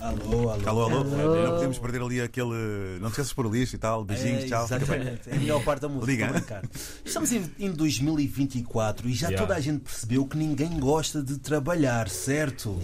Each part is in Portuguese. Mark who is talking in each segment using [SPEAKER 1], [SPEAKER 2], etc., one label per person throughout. [SPEAKER 1] Alô, alô.
[SPEAKER 2] Alô, alô.
[SPEAKER 3] Alô.
[SPEAKER 2] Não podemos perder ali aquele. Não te esqueças de pôr o lixo e tal. Beijinhos,
[SPEAKER 1] É,
[SPEAKER 2] tchau. Fica bem.
[SPEAKER 1] Exatamente. É a melhor parte da música.
[SPEAKER 2] Liga.
[SPEAKER 1] tô a brincar. Estamos em, em 2024 e já
[SPEAKER 3] Yeah.
[SPEAKER 1] toda a gente percebeu que ninguém gosta de trabalhar, certo?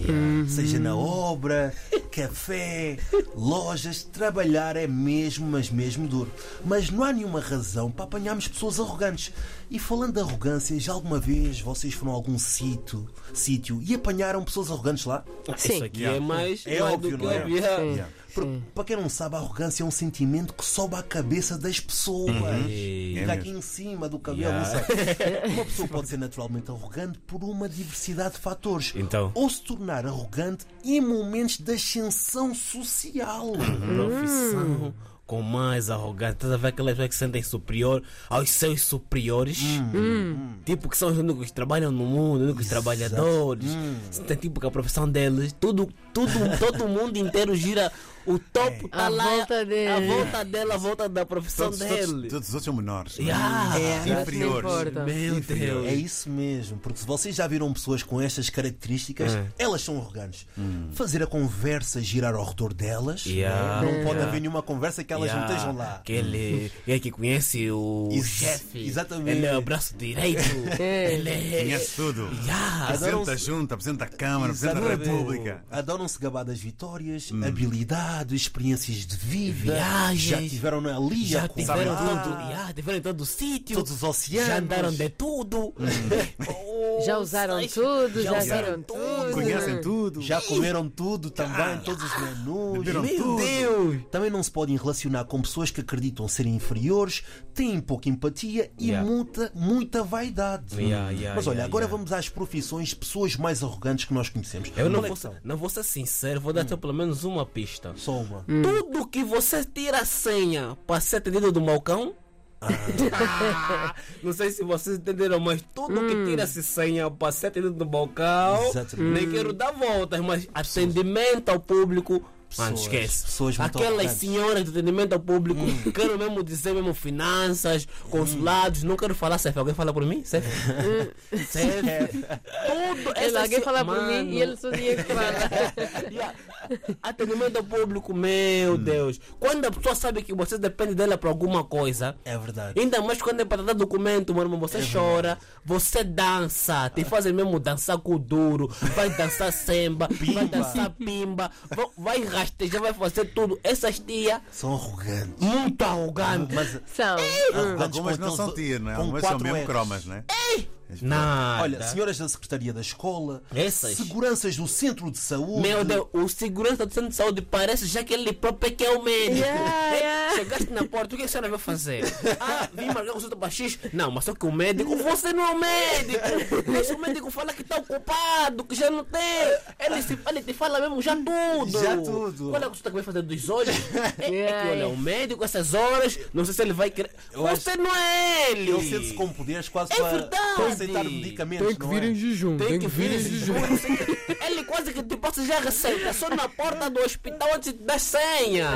[SPEAKER 1] Seja na obra, café, lojas, trabalhar é mesmo, mas mesmo duro. Mas não há nenhuma razão para apanharmos pessoas arrogantes. E falando de arrogância, já alguma vez vocês foram a algum sítio, sítio e apanharam pessoas arrogantes lá?
[SPEAKER 4] Isso
[SPEAKER 3] Sim.
[SPEAKER 4] aqui
[SPEAKER 2] Yeah.
[SPEAKER 4] é mais.
[SPEAKER 1] É
[SPEAKER 4] mais
[SPEAKER 1] óbvio,
[SPEAKER 4] do que
[SPEAKER 1] não é?
[SPEAKER 4] óbvio.
[SPEAKER 3] Sim.
[SPEAKER 1] Yeah. Por- Para quem não sabe, a arrogância é um sentimento que sobe à cabeça das pessoas.
[SPEAKER 4] E-
[SPEAKER 1] Fica
[SPEAKER 2] É
[SPEAKER 1] aqui em cima do cabelo,
[SPEAKER 4] Uhum. Yeah.
[SPEAKER 1] não sei. Uma pessoa pode ser naturalmente arrogante por uma diversidade de fatores.
[SPEAKER 4] Então?
[SPEAKER 1] Ou se tornar arrogante em momentos de ascensão social.
[SPEAKER 4] Uhum. profissão com mais arrogante. Estás a ver aquelas pessoas que se sentem superior aos seus superiores?
[SPEAKER 3] Hum.
[SPEAKER 4] Tipo, que são os únicos que trabalham no mundo, únicos trabalhadores. Sentem tipo que a profissão deles, tudo, tudo, todo mundo inteiro gira. O topo está
[SPEAKER 3] À
[SPEAKER 4] lá.
[SPEAKER 3] volta dele.
[SPEAKER 4] A volta dela, a volta da profissão É.
[SPEAKER 2] Todos, todos-
[SPEAKER 4] dele.
[SPEAKER 2] todos os outros são menores. é?
[SPEAKER 4] Yeah.
[SPEAKER 3] Já se
[SPEAKER 2] Inferiores.
[SPEAKER 3] importa.
[SPEAKER 4] Meu Deus.
[SPEAKER 1] É isso mesmo, porque se vocês já viram pessoas com estas características,
[SPEAKER 4] É.
[SPEAKER 1] elas são arrogantes. Fazer a conversa girar ao redor delas,
[SPEAKER 4] Hum. Yeah.
[SPEAKER 1] não pode
[SPEAKER 4] Yeah.
[SPEAKER 1] haver nenhuma conversa que elas não
[SPEAKER 4] Yeah.
[SPEAKER 1] estejam lá.
[SPEAKER 4] Aquele é que conhece o
[SPEAKER 1] Ex-
[SPEAKER 4] chefe.
[SPEAKER 1] exatamente.
[SPEAKER 4] Ele é o braço direito.
[SPEAKER 3] É.
[SPEAKER 4] Ele é. um
[SPEAKER 2] Conhece tudo.
[SPEAKER 4] Yeah.
[SPEAKER 1] Adoram-se-
[SPEAKER 2] Apresenta junta, apresenta a Câmara, apresenta a
[SPEAKER 1] Exatamente.
[SPEAKER 2] República. Hum.
[SPEAKER 1] Adoram-se gabar das vitórias, habilidades, experiências de vida.
[SPEAKER 4] Viagens.
[SPEAKER 1] já tiveram ali
[SPEAKER 4] Já
[SPEAKER 1] a
[SPEAKER 4] tiveram
[SPEAKER 1] colar,
[SPEAKER 4] todo, já tiveram todo o sítio.
[SPEAKER 1] Ah. todos os Hum. oceanos.
[SPEAKER 4] Já andaram de tudo. Oh,
[SPEAKER 3] Já usaram tudo, já viram tudo.
[SPEAKER 2] Conhecem
[SPEAKER 4] é.
[SPEAKER 2] tudo.
[SPEAKER 1] Já comeram tudo
[SPEAKER 4] Ah.
[SPEAKER 1] também, todos os menus.
[SPEAKER 2] Beberam
[SPEAKER 1] Meu
[SPEAKER 2] tudo.
[SPEAKER 1] Deus! Também não se podem relacionar com pessoas que acreditam serem inferiores, têm pouca empatia e
[SPEAKER 4] Yeah.
[SPEAKER 1] muita, muita vaidade.
[SPEAKER 4] Yeah,
[SPEAKER 2] Hum.
[SPEAKER 4] yeah,
[SPEAKER 1] Mas olha,
[SPEAKER 4] yeah,
[SPEAKER 1] agora
[SPEAKER 4] yeah.
[SPEAKER 1] vamos às profissões de pessoas mais arrogantes que nós conhecemos.
[SPEAKER 4] Eu não
[SPEAKER 1] Qual é
[SPEAKER 4] vou,
[SPEAKER 1] que são?
[SPEAKER 4] não vou ser sincero, vou
[SPEAKER 1] Hum.
[SPEAKER 4] dar só pelo menos uma pista.
[SPEAKER 1] Só uma.
[SPEAKER 4] Hum. Tudo que você tira a senha para ser atendido do balcão. Ah, não sei se vocês entenderam, mas tudo que tira-se senha para ser atendido do balcão.
[SPEAKER 1] Exatamente.
[SPEAKER 4] Nem quero dar voltas, mas atendimento ao público. Mano,
[SPEAKER 1] Pessoas-
[SPEAKER 4] esquece.
[SPEAKER 1] pessoas muito
[SPEAKER 4] Aquelas
[SPEAKER 1] arrogantes.
[SPEAKER 4] senhoras de atendimento ao público, quero mesmo dizer mesmo finanças, consulados, não quero falar, Sef. Alguém fala por mim? Sef? Sef. Tudo
[SPEAKER 3] Ele,
[SPEAKER 4] essas
[SPEAKER 3] alguém
[SPEAKER 4] se-
[SPEAKER 3] fala por mim
[SPEAKER 4] Mano.
[SPEAKER 3] e ele só tinha que falar.
[SPEAKER 4] Yeah. Atendimento ao público, meu
[SPEAKER 1] Hmm.
[SPEAKER 4] Deus. Quando a pessoa sabe que você depende dela para alguma coisa,
[SPEAKER 1] É verdade.
[SPEAKER 4] ainda mais quando é para dar documento, mano, você chora, você dança, te fazem mesmo dançar com o duro, vai dançar samba, vai dançar pimba, va- vai rastejar, vai fazer tudo. Essas tias,
[SPEAKER 1] São arrogantes.
[SPEAKER 4] muito arrogantes.
[SPEAKER 1] Mas
[SPEAKER 3] São.
[SPEAKER 1] arrogantes
[SPEAKER 2] Ah, Algumas
[SPEAKER 1] com
[SPEAKER 2] não são
[SPEAKER 1] aqueles-
[SPEAKER 2] tias, não é?
[SPEAKER 1] com
[SPEAKER 2] Algumas são
[SPEAKER 1] quatro
[SPEAKER 2] mesmo
[SPEAKER 1] Rs.
[SPEAKER 2] cromas, não é?
[SPEAKER 4] Nada.
[SPEAKER 1] Olha, senhoras da Secretaria da Escola,
[SPEAKER 4] Essas.
[SPEAKER 1] seguranças do Centro de Saúde.
[SPEAKER 4] Meu Deus, o segurança do centro de saúde parece já que ele próprio é que é o médico.
[SPEAKER 3] Yeah,
[SPEAKER 4] Ei,
[SPEAKER 3] yeah.
[SPEAKER 4] Chegaste na porta, o que a senhora vai fazer? Ah, vim marcar consulta para X. Não, mas só que o médico, você não é o médico. Deixa o médico falar que está ocupado, que já não tem. Ele, se, ele te fala mesmo já tudo.
[SPEAKER 1] Já tudo.
[SPEAKER 4] Qual é a consulta que vai fazer dos olhos? É, é que
[SPEAKER 3] Yeah.
[SPEAKER 4] olha, o médico, essas horas, não sei se ele vai querer.
[SPEAKER 1] acho-
[SPEAKER 4] Você não é ele.
[SPEAKER 1] Ele sente-se com poderes quase
[SPEAKER 4] É
[SPEAKER 1] para,
[SPEAKER 4] verdade.
[SPEAKER 1] para aceitar medicamentos.
[SPEAKER 5] Tem que
[SPEAKER 1] não
[SPEAKER 5] vir
[SPEAKER 1] é?
[SPEAKER 5] em jejum,
[SPEAKER 4] Tem que vir esse jogo. Ele quase que te passa já a receita, só na porta do hospital antes da senha.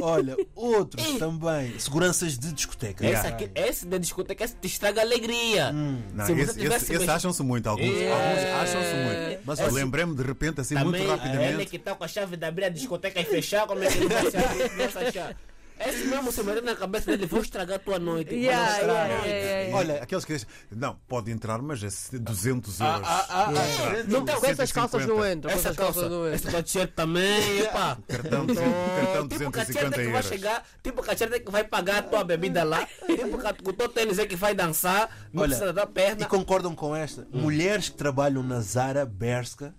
[SPEAKER 1] Olha, outros
[SPEAKER 4] Ei. É.
[SPEAKER 1] também. Seguranças de discoteca.
[SPEAKER 4] Esse, aqui, Hum. esse da discoteca esse te estraga a alegria.
[SPEAKER 2] Não,
[SPEAKER 4] Se você
[SPEAKER 2] esse,
[SPEAKER 4] tivesse
[SPEAKER 2] esse- esse
[SPEAKER 4] mexido-
[SPEAKER 2] acham-se muito, alguns, alguns acham-se muito. Mas eu lembrei-me de repente, assim,
[SPEAKER 4] É. Também,
[SPEAKER 2] muito
[SPEAKER 4] ele
[SPEAKER 2] rapidamente.
[SPEAKER 4] que tá com a chave de abrir a discoteca e fechar, como é que ele vai se abrir e vai fechar? Esse mesmo se meter na cabeça dele, vou estragar a tua noite.
[SPEAKER 3] Yeah,
[SPEAKER 4] Vou estragar a
[SPEAKER 3] yeah,
[SPEAKER 4] noite.
[SPEAKER 3] yeah, yeah.
[SPEAKER 2] Olha, aqueles que deixam. Não, pode entrar, mas é 200 euros.
[SPEAKER 3] Não, tá com essas calças não entram. Com
[SPEAKER 4] Essa
[SPEAKER 3] essas calças não
[SPEAKER 4] calça, É
[SPEAKER 3] entram.
[SPEAKER 4] essa tua t-shirt também, pá.
[SPEAKER 2] Cartão, de- cartão de
[SPEAKER 4] Tipo que
[SPEAKER 2] 250
[SPEAKER 4] a tcheta que vai
[SPEAKER 2] euros.
[SPEAKER 4] chegar, tipo que a tcheta que vai pagar a tua bebida lá, tipo que a- que o teu tênis é que vai dançar, não precisa da
[SPEAKER 1] E
[SPEAKER 4] perna.
[SPEAKER 1] concordam com esta?
[SPEAKER 4] Hum.
[SPEAKER 1] Mulheres que trabalham na Zara, Berska,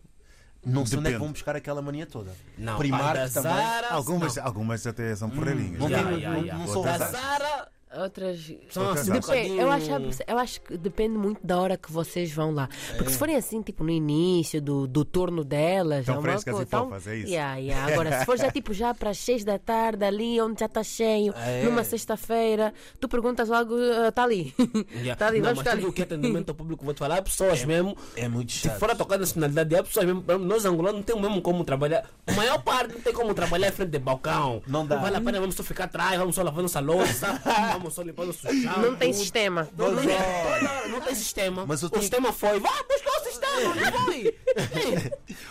[SPEAKER 1] não sei onde é
[SPEAKER 2] Depende.
[SPEAKER 1] que vão buscar aquela mania toda.
[SPEAKER 4] Não, a da
[SPEAKER 1] Primark também.
[SPEAKER 4] Zara,
[SPEAKER 2] Algumas, algumas até são porreirinhas.
[SPEAKER 1] Não
[SPEAKER 4] Yeah,
[SPEAKER 1] tem-
[SPEAKER 4] yeah,
[SPEAKER 1] não-
[SPEAKER 4] yeah.
[SPEAKER 1] não são
[SPEAKER 2] Vou
[SPEAKER 4] Da
[SPEAKER 2] dançar.
[SPEAKER 1] arrogantes.
[SPEAKER 4] Zara,
[SPEAKER 3] Outras.
[SPEAKER 4] são
[SPEAKER 2] Depende.
[SPEAKER 4] assim, um
[SPEAKER 3] Depende,
[SPEAKER 4] bocadinho-
[SPEAKER 3] eu, acho, eu acho que depende muito da hora que vocês vão lá. Porque se forem assim, tipo, no início do, do turno delas,
[SPEAKER 2] Tão
[SPEAKER 3] é uma
[SPEAKER 2] frescas
[SPEAKER 3] coisa,
[SPEAKER 2] e
[SPEAKER 3] tão-
[SPEAKER 2] fofas, é isso.
[SPEAKER 3] Yeah, yeah. Agora, se for já tipo já para as 6 da tarde, ali onde já está cheio,
[SPEAKER 1] É.
[SPEAKER 3] numa sexta-feira, tu perguntas logo, está ali.
[SPEAKER 4] Yeah.
[SPEAKER 1] Tá
[SPEAKER 3] Está ali,
[SPEAKER 4] não, mas
[SPEAKER 3] vamos ficar ali.
[SPEAKER 4] tudo o que é atendimento ao público, vou te falar, há pessoas mesmo.
[SPEAKER 1] É muito
[SPEAKER 4] Se
[SPEAKER 1] chato.
[SPEAKER 4] for a tocar nacionalidade, há pessoas mesmo. Nós angolanos não temos mesmo como trabalhar. A maior parte não tem como trabalhar em frente de balcão.
[SPEAKER 1] Não dá.
[SPEAKER 4] Vale a pena, vamos só ficar atrás, vamos só lavar nossa louça, vamos só limpar nosso chão.
[SPEAKER 3] Não tem
[SPEAKER 4] tudo.
[SPEAKER 3] sistema.
[SPEAKER 1] é
[SPEAKER 4] Não, não, não, não tem sistema.
[SPEAKER 1] Mas eu
[SPEAKER 4] o É.
[SPEAKER 1] tenho-
[SPEAKER 4] sistema foi, vá buscar o sistema! Não, não foi!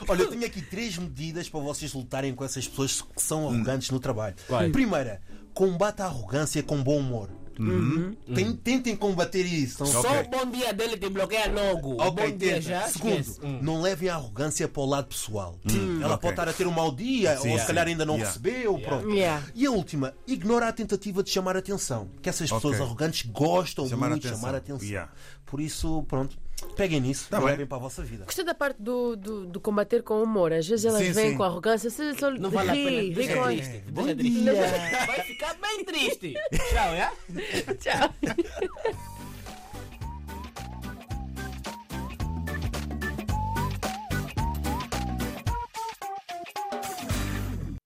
[SPEAKER 1] Olha, eu tenho aqui três medidas para vocês lutarem com essas pessoas que são
[SPEAKER 2] Hum.
[SPEAKER 1] arrogantes no trabalho.
[SPEAKER 4] Vai.
[SPEAKER 1] Primeira, combata a arrogância com bom humor.
[SPEAKER 2] Uhum.
[SPEAKER 1] Uhum. Tem- tentem combater isso. Não-
[SPEAKER 4] Só
[SPEAKER 2] Ok.
[SPEAKER 4] o bom dia dele te bloqueia logo. O
[SPEAKER 1] Ok,
[SPEAKER 4] bom dia
[SPEAKER 1] tenta.
[SPEAKER 4] já.
[SPEAKER 1] Segundo,
[SPEAKER 4] esquece. Hum.
[SPEAKER 1] não levem a arrogância para o lado pessoal. Ela
[SPEAKER 2] Hum, ok.
[SPEAKER 1] pode estar a ter um mau dia, ou
[SPEAKER 2] yeah.
[SPEAKER 1] se calhar ainda não
[SPEAKER 2] Yeah.
[SPEAKER 1] recebeu. Pronto.
[SPEAKER 3] Yeah.
[SPEAKER 1] E a última, ignora a tentativa de chamar atenção. Que essas pessoas
[SPEAKER 2] Ok.
[SPEAKER 1] arrogantes gostam
[SPEAKER 2] Chamar
[SPEAKER 1] muito de
[SPEAKER 2] atenção.
[SPEAKER 1] chamar atenção.
[SPEAKER 2] Yeah.
[SPEAKER 1] Por isso, pronto, peguem nisso
[SPEAKER 2] Tá
[SPEAKER 1] e
[SPEAKER 2] bem.
[SPEAKER 1] levem para a vossa vida.
[SPEAKER 3] Gostei da parte do, do, do combater com humor. Às vezes elas
[SPEAKER 2] Sim,
[SPEAKER 3] vêm
[SPEAKER 2] sim.
[SPEAKER 3] com arrogância, vocês só
[SPEAKER 4] Não vale a
[SPEAKER 3] ri,
[SPEAKER 4] pena.
[SPEAKER 3] ri
[SPEAKER 4] Deixa
[SPEAKER 3] com-
[SPEAKER 4] triste. Deixa triste. Vai ficar bem triste. Tchau, é?
[SPEAKER 3] Tchau.